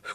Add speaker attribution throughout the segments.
Speaker 1: 不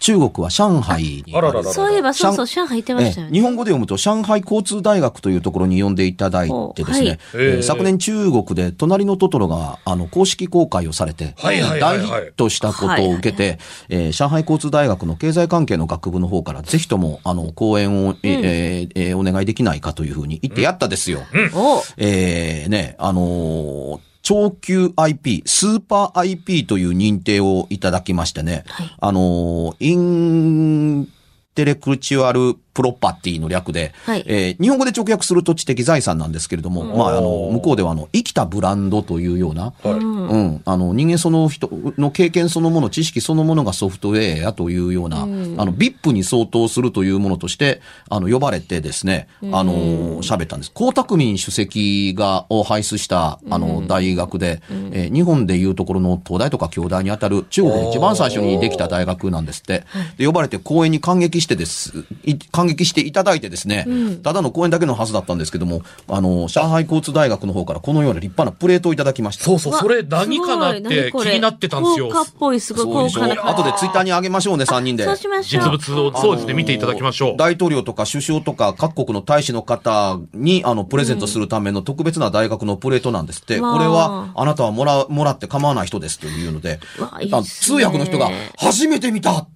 Speaker 2: 中国は上海に
Speaker 1: あららら
Speaker 3: そういえばそうそう
Speaker 2: 上
Speaker 3: 上海行ってました
Speaker 2: え
Speaker 3: よ
Speaker 2: え
Speaker 3: ね
Speaker 2: 日本語で読むと上海交通大学というところに呼んでいただいてですね、
Speaker 1: おはい
Speaker 2: えー昨年中国で隣のトトロがあの公式公開をされて、
Speaker 1: はいはいはいはい
Speaker 2: 大ヒットしたことを受けて、えー上海交通大学の経済関係の学部の方からぜひともあの講演を、えーえーえーお願いできないかというふうに言ってやったですよ。
Speaker 3: お
Speaker 2: えー、ね、あのー超級 IP、スーパー IP という認定をいただきましてね、
Speaker 3: はい
Speaker 2: あのーインテレクチュアルプロパティの略で、
Speaker 3: はい
Speaker 2: えー日本語で直訳すると知的財産なんですけれども、まあ、あの、向こうではあの、生きたブランドというような、
Speaker 1: はい
Speaker 2: うん、あの人間その人の経験そのもの、知識そのものがソフトウェアやというような、あの VIP に相当するというものとしてあの呼ばれてですね、あの喋ったんです。江沢民主席がを輩出したあの大学で、えー日本でいうところの東大とか京大にあたる中国で一番最初にできた大学なんですって。で呼ばれて講演に感激してです、い感激していただいてですね、ただの講演だけのはずだったんですけども、あの上海交通大学の方からこのような立派なプレートをいただきました。
Speaker 1: そうそう、
Speaker 3: わ
Speaker 1: それ何かなっ
Speaker 3: すごい何
Speaker 1: て気
Speaker 3: これ
Speaker 1: になってたんですよ
Speaker 3: 豪。華っぽいすごい
Speaker 2: そうで
Speaker 3: 豪
Speaker 2: しょ
Speaker 3: 華な感
Speaker 2: 後でツイッターに上げましょうね、3人
Speaker 3: じ
Speaker 2: で。
Speaker 3: そうしまし
Speaker 1: 実
Speaker 3: ょう
Speaker 1: 物を、そうですね、見ていただきましょう。
Speaker 2: 大統領とか首相とか各国の大使の方にあのプレゼントするための特別な大学のプレートなんですって、
Speaker 3: わあ
Speaker 2: これはあなたはもらうもらって構わない人ですというので、
Speaker 3: わあ
Speaker 2: あ
Speaker 3: いいっすね
Speaker 2: 通訳の人が初めて見た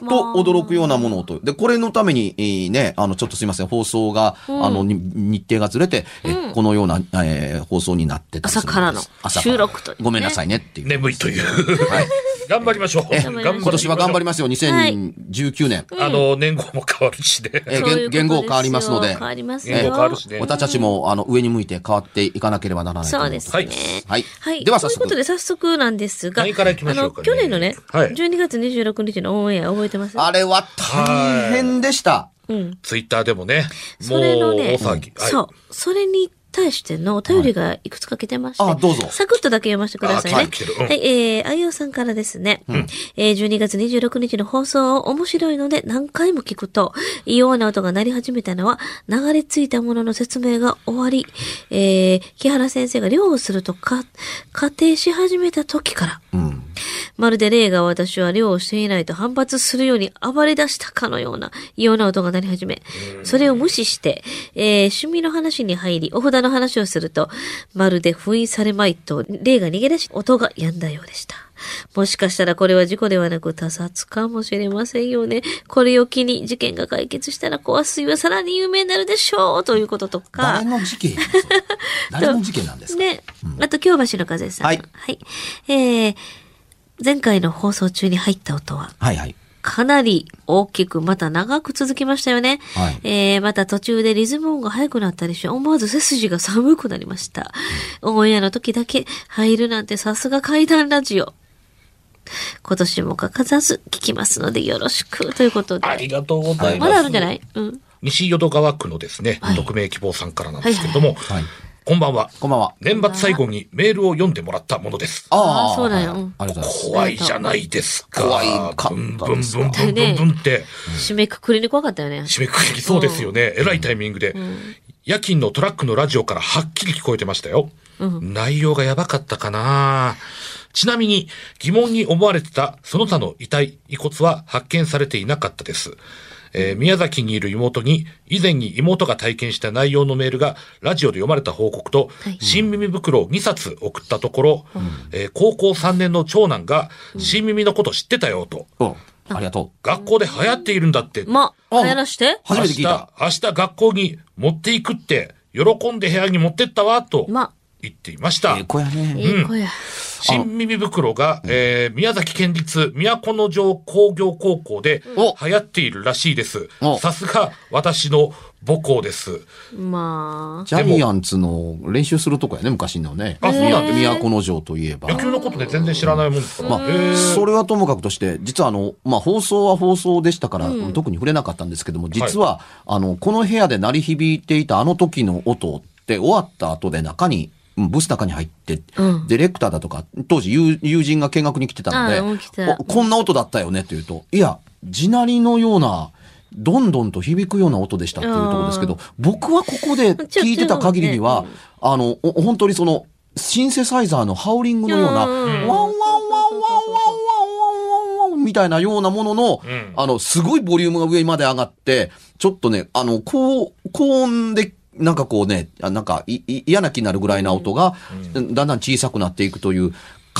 Speaker 2: と驚くようなものをと。で、これのために、えーね、あの、ちょっとすいません、放送が、あの、に日程がずれて、えこのような、えー放送になってたりするんです
Speaker 3: 朝からの
Speaker 2: 朝
Speaker 3: 収録というね
Speaker 2: ごめんなさいねっていう。
Speaker 1: 眠いという。
Speaker 2: はい。
Speaker 1: 頑張りましょう。
Speaker 2: え
Speaker 1: 頑張りましょう
Speaker 2: 今年は頑張りますよ、2019年。
Speaker 1: あの、年号も変わるしで。
Speaker 3: そう
Speaker 2: え
Speaker 3: いうことですよ
Speaker 2: 言言語変わりますので
Speaker 3: 変わりますよ
Speaker 1: 言語変わるしね
Speaker 2: 私たちも、あの、上に向いて変わっていかなければならないと
Speaker 3: そ
Speaker 2: 思
Speaker 3: う
Speaker 2: い
Speaker 3: で
Speaker 2: ますす。
Speaker 3: ね。
Speaker 2: はい
Speaker 3: はい。
Speaker 2: では
Speaker 3: と
Speaker 2: 早
Speaker 3: いう
Speaker 2: 速
Speaker 3: ことで早速なんですが、
Speaker 1: 何から行きましょうかね
Speaker 3: あの去年のね、
Speaker 1: はい
Speaker 3: 12月26日のオンエア覚えてます
Speaker 2: あれは大変でした。
Speaker 3: うん。
Speaker 1: ツイッターでもね、も
Speaker 3: そうれのね、
Speaker 1: 大騒ぎ。はい
Speaker 3: そう。それに対してのお便りがいくつか来てまして、
Speaker 2: あ、どうぞ。
Speaker 3: サクッとだけ読ませてください
Speaker 1: あ
Speaker 3: ね。
Speaker 1: 来てる来てるうん
Speaker 3: はい、えー、あいおさんからですね。えー、12月26日の放送を面白いので何回も聞くと、異様な音が鳴り始めたのは、流れ着いたものの説明が終わり、えー、木原先生が漁をするとか、仮定し始めた時から、
Speaker 2: うん。
Speaker 3: まるで霊が私は漁をしていないと反発するように暴れ出したかのような異様な音が鳴り始め、それを無視して、えー趣味の話に入り、お札の話をすると、まるで封印されまいと、霊が逃げ出し、音が止んだようでした。もしかしたらこれは事故ではなく他殺かもしれませんよね。これを機に事件が解決したら怖すいはさらに有名になるでしょうということとか
Speaker 2: 誰。の 事件誰の事件なんですか
Speaker 3: ね、あと京橋の風さん。
Speaker 2: はい
Speaker 3: えー前回の放送中に入った音は、
Speaker 2: はいはい。
Speaker 3: かなり大きく、また長く続きましたよね。
Speaker 2: はい
Speaker 3: えーまた途中でリズム音が速くなったりして、思わず背筋が寒くなりました。オンエアの時だけ入るなんてさすが怪談ラジオ。今年も欠かさず聞きますのでよろしくということで。
Speaker 1: ありがとうございま
Speaker 3: ま
Speaker 1: す。
Speaker 3: だあるんじゃないうん。
Speaker 1: 西淀川区のですね、匿名希望さんからなんですけれども、
Speaker 2: はい。
Speaker 1: こんばんは。
Speaker 2: こんばんは。
Speaker 1: 年末最後にメールを読んでもらったものです。
Speaker 3: あーそうなんやうん
Speaker 2: ありがとうございます。
Speaker 1: 怖いじゃないですか。
Speaker 2: 怖いか
Speaker 1: ブン
Speaker 2: っ
Speaker 1: ブ
Speaker 2: た
Speaker 1: ンブ
Speaker 2: で
Speaker 1: ン
Speaker 2: す
Speaker 1: ブンブンブンって、
Speaker 3: 締めくくりに怖かったよね。
Speaker 1: 締めくくりそうですよね。えらいタイミングで。夜勤のトラックのラジオからはっきり聞こえてましたよ。内容がやばかったかなちなみに疑問に思われてたその他の遺体、遺骨は発見されていなかったです。えー宮崎にいる妹に、以前に妹が体験した内容のメールがラジオで読まれた報告と、
Speaker 3: はい
Speaker 1: 新耳袋を2冊送ったところ、えー高校3年の長男が新耳のこと知ってたよと、
Speaker 2: うんありがと
Speaker 1: 学校で流行っているんだって、
Speaker 3: ま、
Speaker 2: あ
Speaker 3: 流行らして
Speaker 2: 初めて聞いた
Speaker 1: 明日、明日学校に持っていくって、喜んで部屋に持ってったわ、と
Speaker 3: ま、
Speaker 1: 言っていまし
Speaker 2: う。
Speaker 1: た。
Speaker 2: ええ子やね。
Speaker 3: いい子や。
Speaker 1: 新耳袋が、えー宮崎県立都城工業高校で
Speaker 2: お
Speaker 1: 流行っているらしいです
Speaker 2: お。
Speaker 1: さすが私の母校です。
Speaker 3: まあ、
Speaker 2: ジャイアンツの練習するとこやね、昔のね。
Speaker 1: あそうなんだ
Speaker 2: 宮古の城といえば
Speaker 1: 野。球のことで全然知らないもんですから。
Speaker 2: まあ
Speaker 1: へー、
Speaker 2: それはともかくとして、実はあの、まあ、放送は放送でしたから、特に触れなかったんですけども、実は、あの、この部屋で鳴り響いていたあの時の音って終わった後で中に、うんブス中に入って、
Speaker 3: うん
Speaker 2: ディレクターだとか、当時友友人が見学に来てた
Speaker 3: ああう
Speaker 2: の
Speaker 3: ん
Speaker 2: で
Speaker 3: 来た
Speaker 2: おこんな音だったよねって言うと、いや、地鳴りのような、どんどんと響くような音でしたっていうところですけど、僕はここで聞いてた限りには、あの、お本当にその、シンセサイザーのハウリングのような、ワン
Speaker 3: うん
Speaker 2: ワンワンワンワンワンワンワンみたいなようなものの、
Speaker 1: うん
Speaker 2: あの、すごいボリュームが上まで上がって、ちょっとね、あの、高、高音で、なんかこうね、あなんかいい嫌な気になるぐらいな音が、だんだん小さくなっていくという、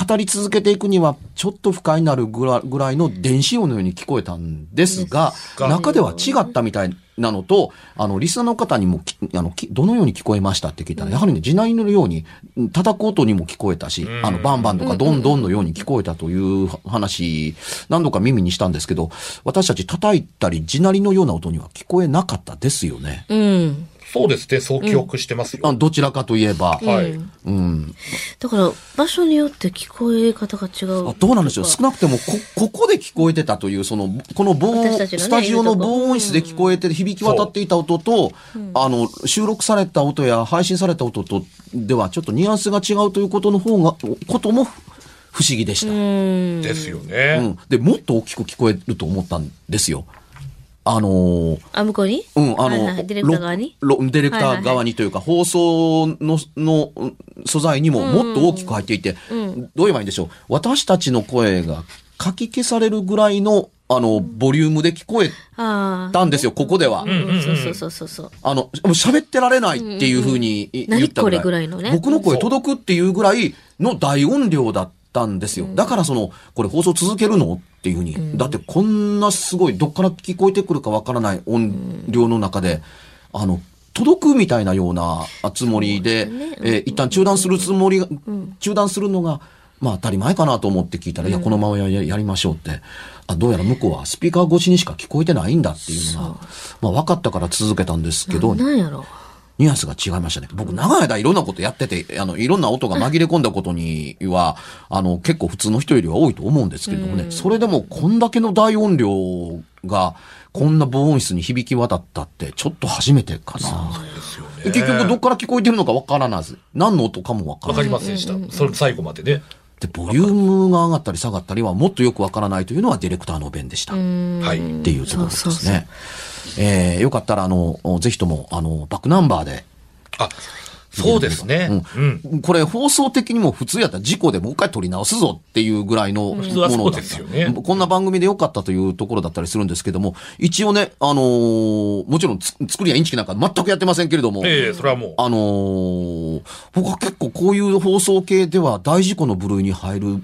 Speaker 2: 語り続けていくには、ちょっと不快になるぐらぐらいの電子音のように聞こえたんですが、
Speaker 1: うん
Speaker 2: 中では違ったみたいなのと、あの、リスナーの方にもき、あの、きどのように聞こえましたって聞いたら、やはりね、地鳴りのように、うん叩く音にも聞こえたし、
Speaker 1: ん
Speaker 2: あの、バンバンとか、どんどんのように聞こえたという話、何度か耳にしたんですけど、私たち叩いたり、地鳴りのような音には聞こえなかったですよね。
Speaker 3: うん。
Speaker 1: そうですね、そう記憶してますよ。
Speaker 2: あどちらかといえば。
Speaker 1: はい、
Speaker 3: うん
Speaker 2: うん。
Speaker 3: だから、場所によって聞こえ方が違う。
Speaker 2: あどうなんでしょう少なくても、こ、ここで聞こえてたという、その、この防音、
Speaker 3: 私たちがね
Speaker 2: スタジオの防音室で聞こえて、響き渡っていた音と、あの、収録された音や配信された音と、では、ちょっとニュアンスが違うということの方が、ことも不思議でした。
Speaker 3: うん。
Speaker 1: ですよ
Speaker 2: う
Speaker 1: ね。
Speaker 2: ん、でもっと大きく聞こえると思ったんですよ。あのー
Speaker 3: あ、向こうに
Speaker 2: うん、あ
Speaker 3: はい
Speaker 2: の、
Speaker 3: はいディレクター側に
Speaker 2: ろろディレクター側にというか、放送の、のうん素材にももっと大きく入っていて、どう言えばいいんでしょう。私たちの声がかき消されるぐらいの、あの、ボリュームで聞こえ
Speaker 3: ああ。
Speaker 2: たんですよ、ここでは。
Speaker 3: うんうん、そうそうそうそうそう。
Speaker 2: あの、もう喋ってられないっていうふうにい
Speaker 3: んうん
Speaker 2: 言ったぐらい。
Speaker 3: 何これぐらいのね
Speaker 2: 僕の声届くっていうぐらいの大音量だったんですよ。だからその、これ放送続けるのっていうふうに。だってこんなすごい、どっから聞こえてくるかわからない音量の中で、あの、届くみたいなようなつもりで、
Speaker 3: そうですね
Speaker 2: えー一旦中断するつもりが、中断するのが、まあ当たり前かなと思って聞いたら、いや、このままやややりましょうって。あ、どうやら向こうはスピーカー越しにしか聞こえてないんだっていうのが、まあ分かったから続けたんですけど、
Speaker 3: なんやろ
Speaker 2: ニュアンスが違いましたね。僕、長い間いろんなことやってて、あの、いろんな音が紛れ込んだことには、あの、結構普通の人よりは多いと思うんですけれどもね、それでもこんだけの大音量が、こんな防音室に響き渡ったって、ちょっと初めてかな。
Speaker 1: ですよね
Speaker 2: 結局、どっから聞こえてるのかわからなず、何の音かもわか
Speaker 1: わか
Speaker 2: らない。
Speaker 1: りませんでした。それ最後までね。
Speaker 2: で、ボリュームが上がったり下がったりは、もっとよくわからないというのはディレクターの弁でした。
Speaker 1: はい。
Speaker 2: っていうところです
Speaker 3: そうそうそう
Speaker 2: ね。えーよかったら、あの、ぜひとも、あの、バックナンバーで、
Speaker 1: あ、そうですね。
Speaker 2: う
Speaker 1: うん
Speaker 2: これ放送的にも普通やったら事故でもう一回撮り直すぞっていうぐらいのもの
Speaker 1: 普通はそう
Speaker 2: だっ
Speaker 1: です
Speaker 2: た
Speaker 1: よね
Speaker 2: こんな番組で良かったというところだったりするんですけども、一応ね、あのーもちろんつ作りやインチキなんか全くやってませんけれども、
Speaker 1: ええそれはもう。
Speaker 2: あのー僕は結構こういう放送系では大事故の部類に入る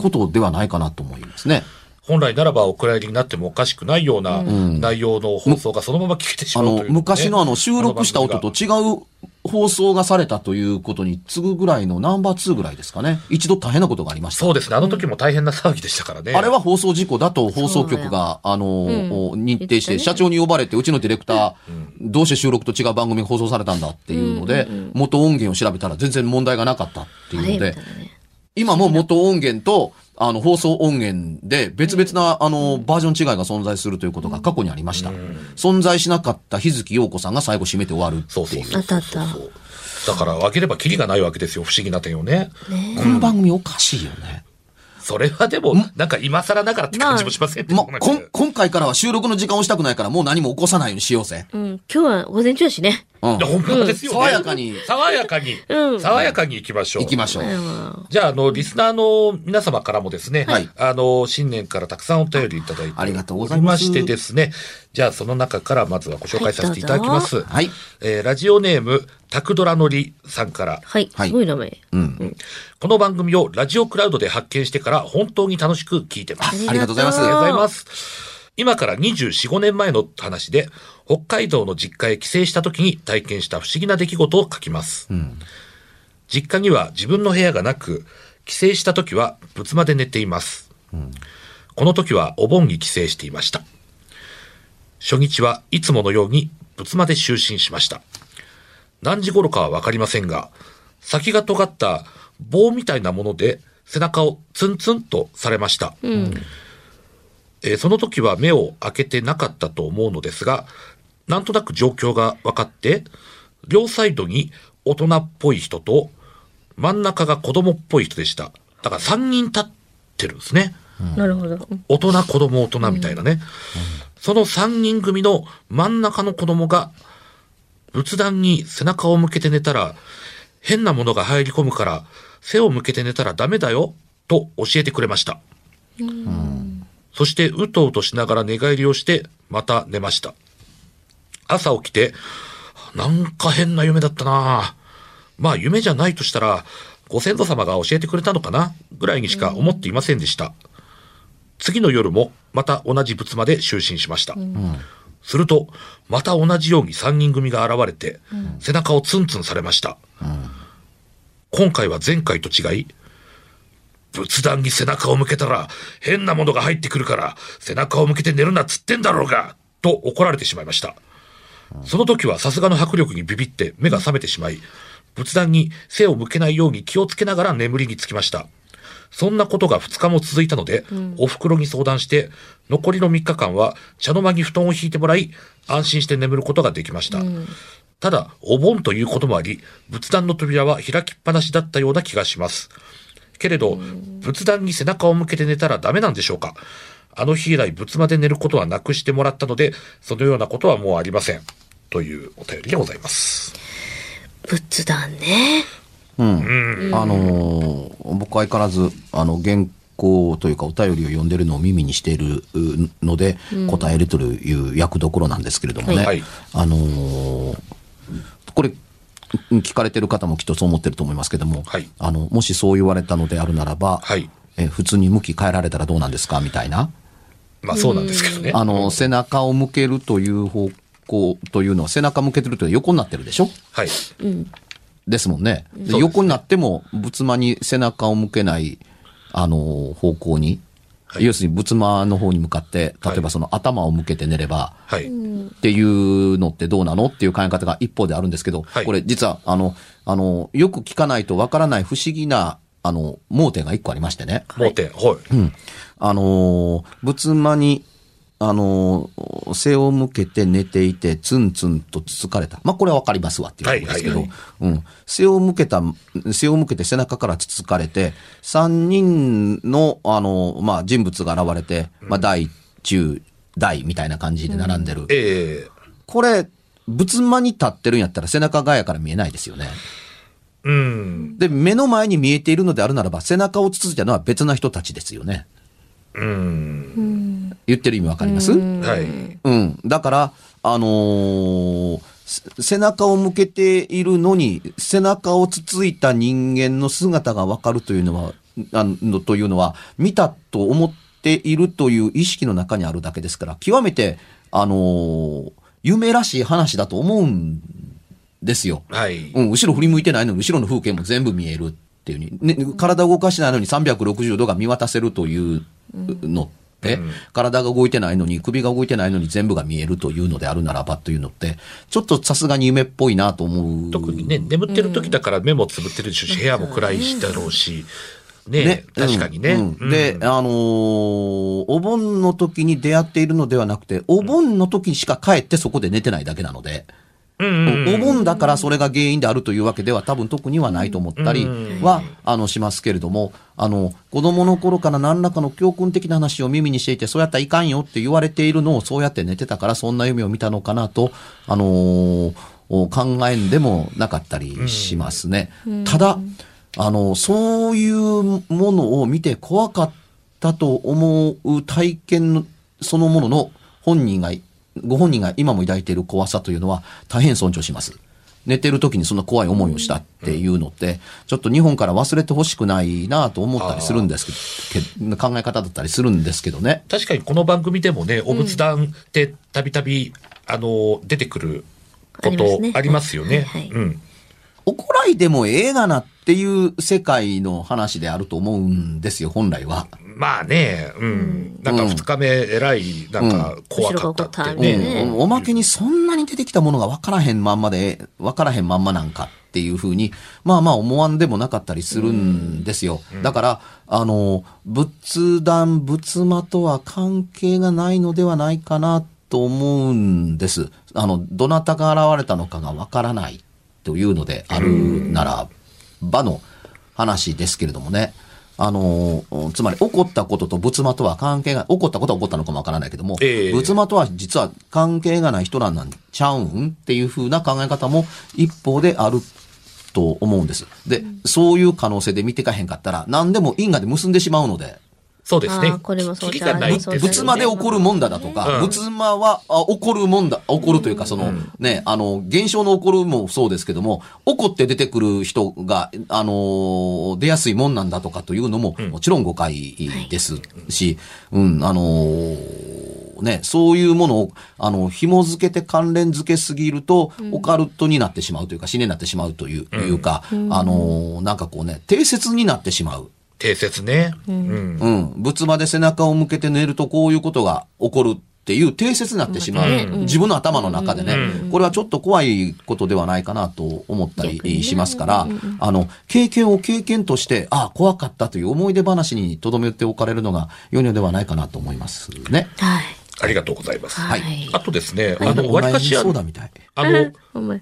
Speaker 2: ことではないかなと思いますね。
Speaker 1: 本来ならばお蔵入りになってもおかしくないような内容の放送がそのまま聞けてし
Speaker 2: あ
Speaker 1: まうという
Speaker 2: の
Speaker 1: ね、、
Speaker 2: 昔のあの収録した音と
Speaker 1: あの番組が
Speaker 2: 違う放送がされたということに次ぐぐらいのナンバー2ぐらいですかね。一度大変なことがありました。
Speaker 1: そうですね。あの時も大変な騒ぎでしたからね。
Speaker 2: あれは放送事故だと放送局
Speaker 3: そうなん
Speaker 2: が、あの、
Speaker 3: うん
Speaker 2: 認
Speaker 3: 言っ
Speaker 2: 定し
Speaker 3: てたね
Speaker 2: て、社長に呼ばれて、うちのディレクター、どうして収録と違う番組が放送されたんだっていうので、元音源を調べたら全然問題がなかったって
Speaker 3: あ
Speaker 2: いう
Speaker 3: れみ
Speaker 2: の
Speaker 3: た
Speaker 2: で
Speaker 3: いな、ね。
Speaker 2: 今も元音源と、あの、放送音源で別々な、あの、バージョン違いが存在するということが過去にありました。存在しなかった日月陽子さんが最後締めて終わるってい
Speaker 1: そうそうそう
Speaker 3: あったあった
Speaker 1: そうだから分ければキリがないわけですよ不思議な点をね
Speaker 2: この番組おかしいよね。
Speaker 1: それはでもなんか今更ながらって感じもしません
Speaker 2: まあ、こん、今回からは収録の時間をしたくないからもう何も起こさないようにしようぜ。
Speaker 3: うん、今日は午前中やしね。
Speaker 2: うん
Speaker 1: いや。ほんまですよね、
Speaker 2: うん爽やかに
Speaker 1: 爽やかに、
Speaker 3: うん
Speaker 1: 爽やかに行きましょう。
Speaker 2: 行きましょう。
Speaker 1: じゃあ、あの、リスナーの皆様からもですね、
Speaker 2: はい
Speaker 1: あの、新年からたくさんお便りいただいて
Speaker 2: ありがとうご
Speaker 1: お
Speaker 2: ざい
Speaker 1: り
Speaker 2: ま
Speaker 1: ますしてですね、じゃあ、その中からまずはご紹介させていただきます。
Speaker 2: はい。
Speaker 1: えーラジオネーム、タクドラのりさんから、
Speaker 3: はい、
Speaker 2: はい
Speaker 3: すごい名前。。
Speaker 2: うん。
Speaker 1: この番組をラジオクラウドで発見してから本当に楽しく聞いてます。
Speaker 2: ありがとうございます
Speaker 1: ありがとうございますす。今から24、5年前の話で、北海道の実家へ帰省した時に体験した不思議な出来事を書きます。実家には自分の部屋がなく、帰省した時は仏間で寝ています。この時はお盆に帰省していました。初日はいつものように仏間で就寝しました。何時頃かはわかりませんが、先が尖った棒みたいなもので背中をツンツンとされました。えーその時は目を開けてなかったと思うのですが、なんとなく状況が分かって、両サイドに大人っぽい人と、真ん中が子供っぽい人でした。だから3人立ってるんですね。
Speaker 3: なるほど。うん
Speaker 1: 大人、子供、大人みたいなね。その3人組の真ん中の子供が、仏壇に背中を向けて寝たら、変なものが入り込むから、背を向けて寝たらダメだよ、と教えてくれました。そして、うとうとしながら寝返りをして、また寝ました。朝起きて、なんか変な夢だったなぁまあ夢じゃないとしたら、ご先祖様が教えてくれたのかなぐらいにしか思っていませんでした。次の夜もまた同じ仏間で就寝しました。すると、また同じように3人組が現れて、背中をツンツンされました。今回は前回と違い、仏壇に背中を向けたら変なものが入ってくるから背中を向けて寝るなっつってんだろうがと怒られてしまいました。その時はさすがの迫力にビビって目が覚めてしまい、仏壇に背を向けないように気をつけながら眠りにつきました。そんなことが2日も続いたので、お袋に相談して、残りの3日間は茶の間に布団を敷いてもらい、安心して眠ることができました。ただ、お盆ということもあり、仏壇の扉は開きっぱなしだったような気がします。けれど、仏壇に背中を向けて寝たらダメなんでしょうかあの日以来、仏間で寝ることはなくしてもらったので、そのようなことはもうありません。というお便りでございます。
Speaker 3: 仏壇ね。
Speaker 2: あのー僕は相変わらず、あの、原稿というかお便りを読んでるのを耳にしているうので、答えるという役どころなんですけれどもね。
Speaker 1: はい
Speaker 2: あのーこれ、うん聞かれてる方もきっとそう思ってると思いますけども、
Speaker 1: はい
Speaker 2: あの、もしそう言われたのであるならば、
Speaker 1: はい
Speaker 2: え普通に向き変えられたらどうなんですかみたいな。
Speaker 1: まあそうなんですけどね。
Speaker 2: あの、背中を向けるという方向というのは、背中向けてるというのは横になってるでしょ
Speaker 1: はい。
Speaker 2: ですもんね。で
Speaker 1: すね
Speaker 2: 横になっても、仏間に背中を向けない、あのー、方向に、要するに仏間の方に向かって、例え
Speaker 1: は
Speaker 2: ば
Speaker 1: い
Speaker 2: その頭を向けて寝れば、
Speaker 1: はい。
Speaker 2: っていうのってどうなのっていう考え方が一方であるんですけど、
Speaker 1: はい
Speaker 2: これ実は、あの、あの、よく聞かないとわからない不思議な、あの、盲点が一個ありましてね。
Speaker 1: 盲点。は
Speaker 2: うん。あのー仏間に、あのー背を向けて寝ていて、ツンツンとつつかれた。まあ、これはわかりますわっていうことですけど、
Speaker 1: はいは
Speaker 2: うん。背を向けた、背を向けて背中からつつかれて、三人の、あのーまあ、人物が現れて、まあ、大、中、大みたいな感じで並んでる。
Speaker 1: い。え
Speaker 2: これ、仏間に立ってるんやったら背中側やから見えないですよね。
Speaker 1: ー、うん。
Speaker 2: で、目の前に見えているのであるならば、背中をつついたのは別な人たちですよね。
Speaker 1: うん。
Speaker 2: 言ってる意味わかります
Speaker 1: はい。
Speaker 2: うん。だから、あのーせ背中を向けているのに、背中をつついた人間の姿がわかるというのは、あの、というのは、見たと思っているという意識の中にあるだけですから、極めて、あのー夢らしい話だと思うんですよ。
Speaker 1: はい。
Speaker 2: うん、後ろ振り向いてないのに、後ろの風景も全部見えるっていうに、ね、体動かしてないのに360度が見渡せるというのって、体が動いてないのに、首が動いてないのに全部が見えるというのであるならばというのって、ちょっとさすがに夢っぽいなと思う。
Speaker 1: 特にね、眠ってる時だから目もつぶってるでしょうし、部屋も暗いしだろうし、ね確かにね。
Speaker 2: うん
Speaker 1: うん
Speaker 2: で、あのーお盆の時に出会っているのではなくて、お盆の時にしか帰ってそこで寝てないだけなので、
Speaker 1: うんうん
Speaker 2: お盆だからそれが原因であるというわけでは多分特にはないと思ったりは、あのしますけれども、あの、子供の頃から何らかの教訓的な話を耳にしていて、そうやったらいかんよって言われているのをそうやって寝てたからそんな夢を見たのかなと、あのー考えんでもなかったりしますね。ただ、あの、そういうものを見て怖かったと思う体験のそのものの本人が、ご本人が今も抱いている怖さというのは大変尊重します。寝てる時にそんな怖い思いをしたっていうのって、ちょっと日本から忘れてほしくないなと思ったりするんですけど、考え方だったりするんですけどね。
Speaker 1: 確かにこの番組でもね、お仏壇ってたびたび、あの、出てくる
Speaker 3: あ
Speaker 1: こ
Speaker 3: ります
Speaker 1: と
Speaker 3: ね
Speaker 1: ありますよね。
Speaker 3: はいはい
Speaker 1: うん。
Speaker 2: 怒らいでもええがなっていう世界の話であると思うんですよ、本来は。
Speaker 1: まあね、うん。なんか二日目、えらい、なんか怖かったっ
Speaker 3: う
Speaker 1: て
Speaker 3: ん後ろが怒ったみたいな
Speaker 1: ね。
Speaker 2: うんおおまけにそんなに出てきたものが分からへんまんまで、分からへんまんまなんかっていうふうに、まあまあ思わんでもなかったりするんですよ。だから、あの、仏壇、仏間とは関係がないのではないかなと思うんです。あの、どなたが現れたのかが分からないというのであるならばの話ですけれどもね。あの、つまり起こったことと仏間とは関係が、起こったことは起こったのかもわからないけども、
Speaker 1: ええ
Speaker 2: 仏間とは実は関係がない人らなんちゃうんっていう風な考え方も一方であると思うんです。で、そういう可能性で見てかへんかったら、何でも因果で結んでしまうので、
Speaker 1: そうです
Speaker 3: あ
Speaker 1: ね
Speaker 3: ー。これもそう
Speaker 1: キリがないって
Speaker 3: そうです
Speaker 2: 仏
Speaker 3: ね
Speaker 2: 間で起こるもんだだと
Speaker 1: う
Speaker 2: か、
Speaker 1: ん
Speaker 2: 仏間はあ起こるもんだ、起こるというか、その、ね、あの、現象の起こるもそうですけども、起こって出てくる人が、あのー、出やすいもんなんだとかというのも、もちろん誤解ですし、うん、あのーね、そういうものを、あの、紐付けて関連付けすぎると、オカルトになってしまうというか、死ねになってしまうという,、いうか、あのーなんかこうね、定説になってしまう。
Speaker 1: 定説ね。うん。
Speaker 2: うん、仏間で背中を向けて寝るとこういうことが起こるっていう定説になってしまう、
Speaker 3: うん
Speaker 2: 自分の頭の中でね、これはちょっと怖いことではないかなと思った
Speaker 3: 逆にね
Speaker 2: りしますから、あの経験を経験としてああ怖かったという思い出話にとどめておかれるのが良いのではないかなと思いますね。
Speaker 3: はい。
Speaker 1: ありがとうございます。
Speaker 3: は
Speaker 2: はいい。
Speaker 1: あとですね、
Speaker 2: お
Speaker 1: あの、わり
Speaker 2: 悩
Speaker 1: か
Speaker 2: み
Speaker 1: し、あ
Speaker 2: そう
Speaker 1: の
Speaker 2: だ、みたい
Speaker 1: あの
Speaker 3: ほんまや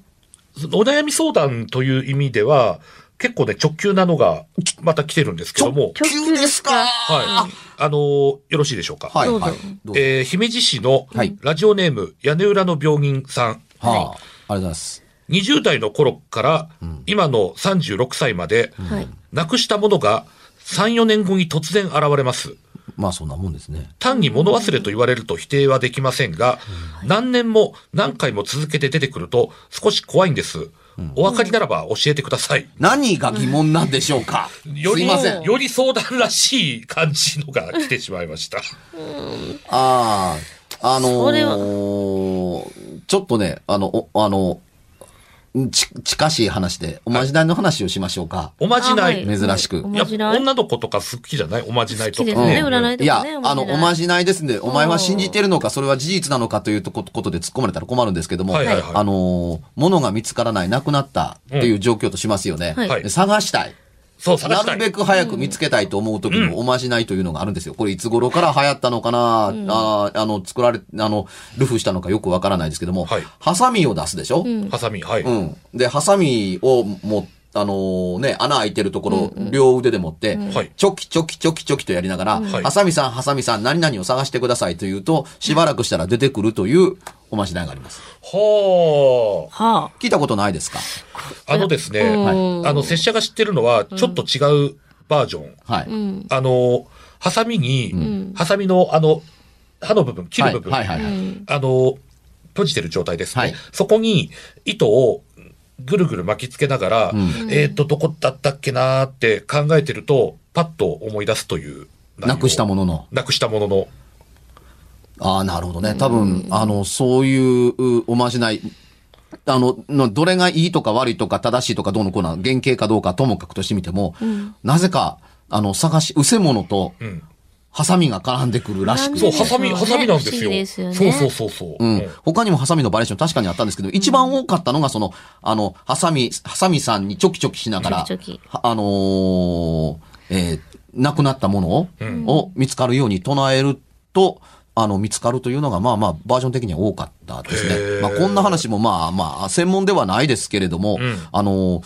Speaker 1: お悩み相談という意味では、結構ね、直球なのが、また来てるんですけども、
Speaker 3: 直球ですか
Speaker 1: はい。あのー、よろしいでしょうか。
Speaker 2: はい
Speaker 3: どうぞ
Speaker 2: はいどうぞ
Speaker 1: えー姫路市の
Speaker 2: はい
Speaker 1: ラジオネーム、屋根裏の病人さん。
Speaker 2: はあ、ありがとうございます。
Speaker 1: 20代の頃から今の36歳まで、
Speaker 3: はい。
Speaker 1: なくしたものが3、4年後に突然現れます。
Speaker 2: まあそんなもんですね。
Speaker 1: 単に物忘れと言われると否定はできませんが、何年も何回も続けて出てくると少し怖いんです。お分かりならば教えてください。
Speaker 2: 何が疑問なんでしょうか。
Speaker 1: よ
Speaker 2: す
Speaker 1: り、
Speaker 2: いません。
Speaker 1: より相談らしい感じのが来てしまいま した。
Speaker 2: ああ、あのー
Speaker 3: それは
Speaker 2: ちょっとね、あの、おあの、ち、近しい話で、おまじないの話をしましょうか。
Speaker 1: おまじな
Speaker 3: あ
Speaker 1: い。
Speaker 3: はい
Speaker 2: 珍しく
Speaker 3: お
Speaker 1: いや
Speaker 3: まじない。
Speaker 1: 女の子とか好きじゃないおまじないとか、
Speaker 3: 好きですね
Speaker 1: うん
Speaker 3: 占い
Speaker 2: いや
Speaker 3: とかね、
Speaker 2: あの、おま
Speaker 3: じ
Speaker 2: じないですんで、お前は信じてるのか、それは事実なのかというとこことで突っ込まれたら困るんですけども、
Speaker 1: はいはいはい
Speaker 2: あのー物が見つからない、なくなったっていう状況としますよね。
Speaker 3: うんはい
Speaker 2: で探したい。
Speaker 1: そう、探した
Speaker 2: ないる。べく早く見つけたいと思う時のおまじないというのがあるんですよ。これいつ頃から流行ったのかな、あーあの、作られ、あの、ルフしたのかよくわからないですけども、
Speaker 1: はい
Speaker 2: ハサミを出すでしょ、うん、
Speaker 1: ハサミ、はい。
Speaker 2: で、ハサミをも、あのーね、穴開いてるところ、両腕で持って、
Speaker 1: はい
Speaker 2: チョキチョキチョキチョキとやりながら、
Speaker 1: はい
Speaker 2: ハサミさん、ハサミさん、何々を探してくださいと言うと、しばらくしたら出てくるというおまじないがあります。
Speaker 1: はあ。
Speaker 3: は
Speaker 2: 聞いたことないですか
Speaker 1: あのですね、
Speaker 3: うん
Speaker 1: あの、拙者が知ってるのは、ちょっと違うバージョン。
Speaker 2: はい。
Speaker 3: あ。うん。
Speaker 1: あの、ハサミに、ハサミの、あの、刃の部分、切
Speaker 2: は
Speaker 1: る
Speaker 2: い
Speaker 1: 部分、
Speaker 2: はいはいはい。
Speaker 1: あの、閉じてる状態ですね。
Speaker 2: はい
Speaker 1: そこに、糸を、ぐるぐる巻きつけながら、
Speaker 2: ん
Speaker 1: えっ、と、どこだったっけなーって考えてると、パッと思い出すという。
Speaker 2: なくしたものの。
Speaker 1: なくしたものの。
Speaker 2: ああ、なるほどね。多分、あの、そういううおまじない、あの、のどれがいいとか悪いとか正しいとかどうのこうの、原型かどうかともかくとしてみても、なぜか、あの、探し、うせものと、
Speaker 1: うん。
Speaker 2: ハサミが絡んでくるらしく
Speaker 1: そう、
Speaker 2: て。
Speaker 1: ハサミ、
Speaker 3: そうね
Speaker 1: ハサミなんです
Speaker 3: 不思
Speaker 1: よ。
Speaker 3: 議ですよね
Speaker 1: そうそうそうそう。
Speaker 2: う
Speaker 1: うん
Speaker 2: ん、他にもハサミのバリエーション確かにあったんですけど、一番多かったのがその、あの、ハサミ、ハサミさんにチョキチョキしながら、
Speaker 3: チョキチョキ
Speaker 2: はあのーえーなくなったものを,、を見つかるように唱えると、あの、見つかるというのが、まあまあ、バージョン的には多かったですね。まあ、こんな話もまあまあ、専門ではないですけれども、あの、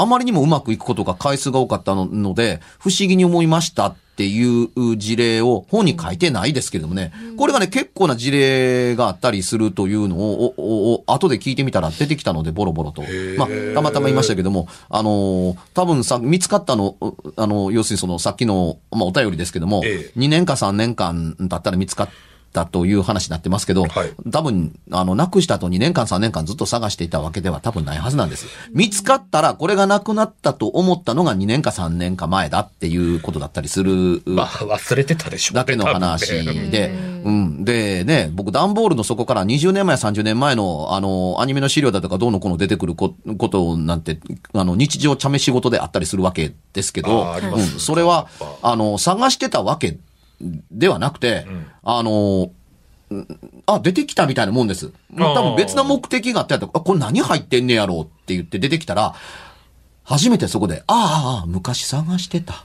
Speaker 2: あまりにもうまくいくことが回数が多かったのので、不思議に思いましたっていう事例を本に書いてないですけれどもね、これがね、結構な事例があったりするというのを、おおお後で聞いてみたら出てきたので、ボロボロと。まあ、たまたま言いましたけども、あのー多分さ、見つかったの、うあの、要するにその、さっきの、まあ、お便りですけども、
Speaker 1: ええ
Speaker 2: 2年か3年間だったら見つかったという話になってますけど、
Speaker 1: はい
Speaker 2: 多分、あの、なくしたと2年間3年間ずっと探していたわけでは多分ないはずなんです。見つかったら、これがなくなったと思ったのが2年か3年か前だっていうことだったりする。
Speaker 1: まあ、忘れてたでしょうね
Speaker 2: だけの話
Speaker 1: 多分ね
Speaker 2: で、うん。でね、僕、段ボールの底から20年前、30年前の、あの、アニメの資料だとかどうのこうの出てくるこことなんて、あの、日常茶飯事であったりするわけですけど、
Speaker 1: あーあり
Speaker 2: う
Speaker 1: ま
Speaker 2: ん、
Speaker 1: すね
Speaker 2: それは
Speaker 1: やっ、
Speaker 2: あの、探してたわけではなくて、あの、あ、出てきたみたいなもんです。
Speaker 1: あー
Speaker 2: 多分別な目的があってあ、これ何入ってんねやろうって言って出てきたら、初めてそこで、ああああ、昔探してた。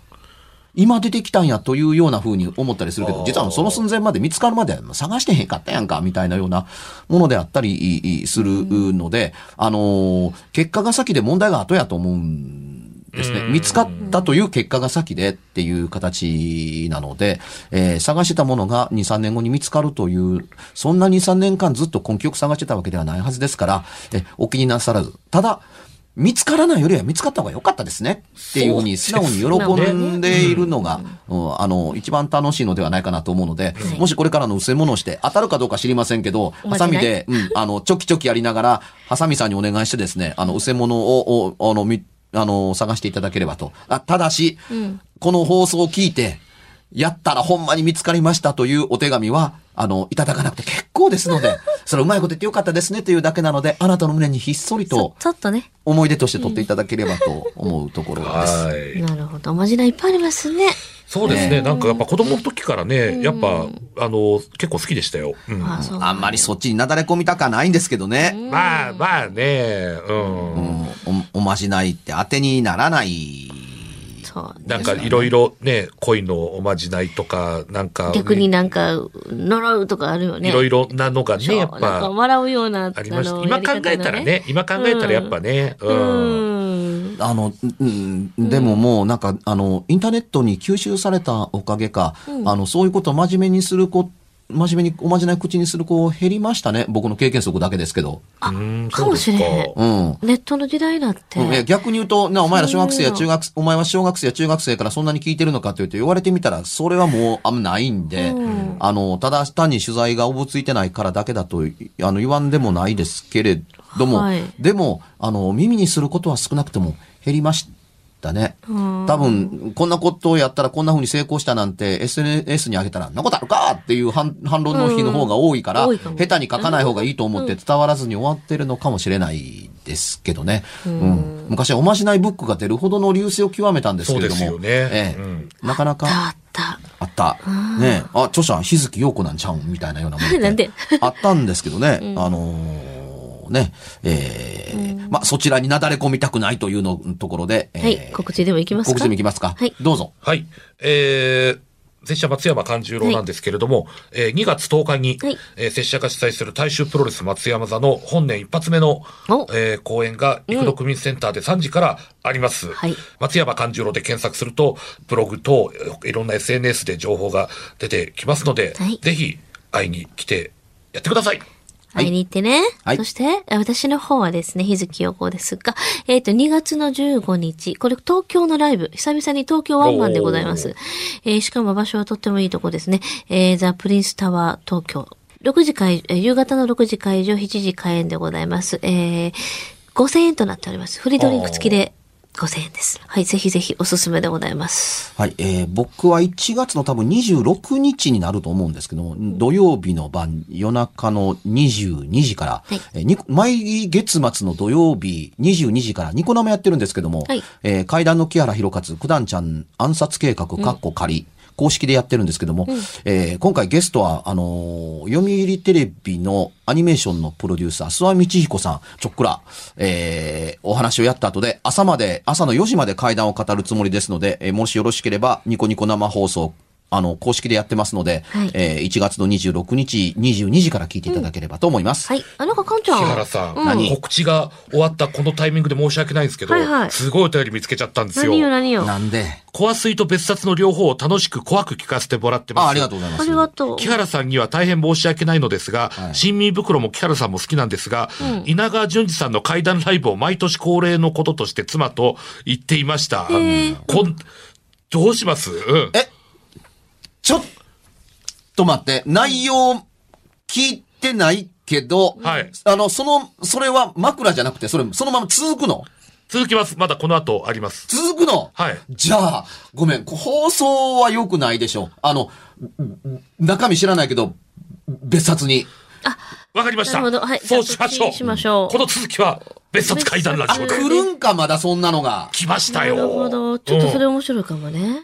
Speaker 2: 今出てきたんやというような風に思ったりするけど、実はその寸前まで見つかるまで探してへんかったやんか、みたいなようなものであったりするので、あのー、結果が先で問題が後やと思うんですね。見つかったという結果が先でっていう形なので、えー探してたものが2、3年後に見つかるという、そんな2、3年間ずっと根気よく探してたわけではないはずですから、えお気になさらず。ただ、見つからないよりは見つかった方が良かったですね。っていうふうに素直に喜んでいるのが、うんあの、一番楽しいのではないかなと思うので、もしこれからのせ物をして、当たるかどうか知りませんけど、
Speaker 3: お
Speaker 2: ハ
Speaker 3: まじな
Speaker 2: サ
Speaker 3: い
Speaker 2: ミで、 うん、あの、チョキチョキやりながら、ハサミさんにお願いしてですね、あの、うせ物を、おあの、み、あの、探していただければと。あただし、この放送を聞いて、やったらほんまに見つかりましたというお手紙は、あの、いただかなくて結構です ので、それうまいこと言ってよかったですねというだけなので、あなたの胸にひっそり
Speaker 3: そ、
Speaker 2: と
Speaker 3: ちょっとね。
Speaker 2: 思い出として取っていただければと思うところです。
Speaker 1: はい。
Speaker 3: なるほど。おまじないいっぱいありますね。
Speaker 1: そうです
Speaker 2: ね
Speaker 1: ね。なんかやっぱ子供の時からね、やっぱ、あの、結構好きでしたよ。うん
Speaker 3: あそう
Speaker 2: あんまりそっちになだれ込みたくはないんですけどね。
Speaker 1: まあまあね、うん。
Speaker 2: うんおおまじないって当てにならない。
Speaker 3: そう。
Speaker 1: なんかいろいろね、恋のおまじないとか、なんか、
Speaker 3: 逆になんか、呪うとかあるよね。
Speaker 1: いろいろなのが
Speaker 3: そう
Speaker 1: ね、やっ
Speaker 3: なんか
Speaker 1: ぱ、
Speaker 3: 笑うような、
Speaker 1: ありました。
Speaker 3: の
Speaker 1: 今
Speaker 3: やり方
Speaker 1: 考えたらね、今考えたらやっぱね、
Speaker 3: う
Speaker 1: う
Speaker 3: ん。
Speaker 1: ん。
Speaker 2: あの、うん、でももうなんか、あの、インターネットに吸収されたおかげか、あの、そういうことを真面目にする子、真面目におまじない口にする子減りましたね。僕の経験則だけですけど。
Speaker 1: うん
Speaker 3: かもしれへん
Speaker 1: そうですか
Speaker 2: うん。
Speaker 3: ネットの時代だって。
Speaker 2: うんいや逆に言うと、なお前ら小学生や中学、お前は小学生や中学生からそんなに聞いてるのかというと言われてみたら、それはもうあんまないんで、
Speaker 3: うん
Speaker 2: あの、ただ単に取材がおぼついてないからだけだと、あの、言わんでもないですけれども、
Speaker 3: はい
Speaker 2: でも、あの、耳にすることは少なくとも減りましたね。
Speaker 3: うん
Speaker 2: 多分、こんなことをやったらこんな風に成功したなんて SNS に上げたら、んなことあるかっていう反反論の日の方が多いから、
Speaker 3: うん多いかも
Speaker 2: 下手に書かない方がいいと思って伝わらずに終わってるのかもしれないですけどね。うん昔はおまじないブックが出るほどの流星を極めたんですけ
Speaker 1: そう
Speaker 2: れ
Speaker 1: で
Speaker 2: ども。
Speaker 1: すよね。
Speaker 2: ええ
Speaker 1: うん
Speaker 2: なかな
Speaker 3: だ
Speaker 2: か
Speaker 3: った。
Speaker 2: あった。ねえあ、著者、日月陽子なんちゃうんみたいなようなものって
Speaker 3: なんで
Speaker 2: あったんですけど ね。あのーね、えーまあ、そちらになだれ込みたくないというのところで、えー
Speaker 3: はい。告知でもいきますか
Speaker 2: 告知でもいきますか。
Speaker 3: はい
Speaker 2: どうぞ。
Speaker 1: はい。えー拙者松山勘十郎なんですけれども、えー2月10日に、
Speaker 3: はい
Speaker 1: えー拙者が主催する大衆プロレス松山座の本年一発目の
Speaker 3: お、
Speaker 1: えー公演が育土区民センターで3時からあります。
Speaker 3: はい
Speaker 1: 松山勘十郎で検索すると、ブログとえーいろんな SNS で情報が出てきますので、
Speaker 3: はい
Speaker 1: ぜひ会いに来てやってください。
Speaker 2: はい
Speaker 3: 会いに行ってね。
Speaker 2: はい
Speaker 3: そして、あ私の方はですね、日月陽子ですが、えっ、と、2月の15日、これ東京のライブ、久々に東京ワンマンでございます。えーしかも場所はとってもいいとこですね。えー、ザ・プリンスタワー東京。6時会、えー夕方の6時会場、7時開演でございます。えー、5000円となっております。フリードリンク付きで5000円です。はい、ぜひぜひおすすめでございます。
Speaker 2: はい、えー僕は1月の多分26日になると思うんですけども、土曜日の晩、夜中の22時から、
Speaker 3: はい
Speaker 2: えーに毎月末の土曜日22時からニコ生やってるんですけども、
Speaker 3: はい
Speaker 2: えー階段の木原博勝、九段ちゃん暗殺計画、かっこ仮、公式でやってるんですけども、えー今回ゲストは、あのー読売テレビのアニメーションのプロデューサー、諏訪道彦さん、ちょっくら、えーお話をやった後で、朝まで、朝の4時まで会談を語るつもりですので、えーもしよろしければ、ニコニコ生放送、あの、公式でやってますので、
Speaker 3: はい
Speaker 2: えー1月の26日22時から聞いていただければと思います。
Speaker 3: はい。あ、なんか、かんちゃん。
Speaker 1: 木原さん、
Speaker 3: うん
Speaker 2: 何
Speaker 1: 告知が終わったこのタイミングで申し訳ないんですけど、
Speaker 3: はいはい
Speaker 1: すごいお便り見つけちゃったんですよ。
Speaker 3: 何よ、何よ。
Speaker 2: なんで、
Speaker 1: コアスイと別冊の両方を楽しく怖く聞かせてもらってます。
Speaker 2: あ、ありがとうございま
Speaker 3: あ
Speaker 2: す。
Speaker 3: りがとう。
Speaker 1: 木原さんには大変申し訳ないのですが、
Speaker 2: はい
Speaker 1: 新民袋も木原さんも好きなんですが、稲川淳二さんの怪談ライブを毎年恒例のこととして妻と言っていました。
Speaker 3: ー
Speaker 1: こんどうします、うん
Speaker 2: えちょっと待って、内容聞いてないけど、
Speaker 1: はい
Speaker 2: あの、その、それは枕じゃなくて、それ、そのまま続くの
Speaker 1: 続きます。まだこの後あります。
Speaker 2: 続くの
Speaker 1: はい
Speaker 2: じゃあ、ごめん、こ放送は良くないでしょう。あの、んん中身知らないけど、別冊に。
Speaker 1: わかりまし
Speaker 3: な
Speaker 1: た。
Speaker 3: るほどはい
Speaker 1: そうしましょ
Speaker 3: じゃあ告
Speaker 1: う。
Speaker 3: 知しましょう
Speaker 1: この続きは別冊怪談ラジオ
Speaker 3: 別
Speaker 1: で
Speaker 3: 冊
Speaker 2: 来るんか、まだそんなのが。
Speaker 1: 来ました
Speaker 3: な
Speaker 1: よ。
Speaker 3: るほど。ちょっとそれ
Speaker 1: うん
Speaker 3: 面白いかもね。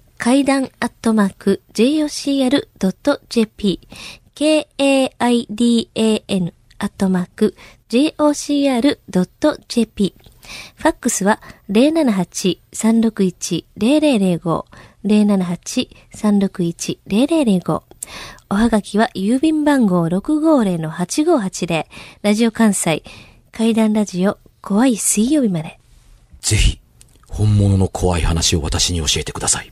Speaker 3: 階段アットマーク、jocr.jp、k-a-i-d-a-n アットマーク、jocr.jp。ファックスは、078-361-0005、078-361-0005。おはがきは、郵便番号650-8580、ラジオ関西、階段ラジオ、怖い水曜日まで。
Speaker 4: ぜひ、本物の怖い話を私に教えてください。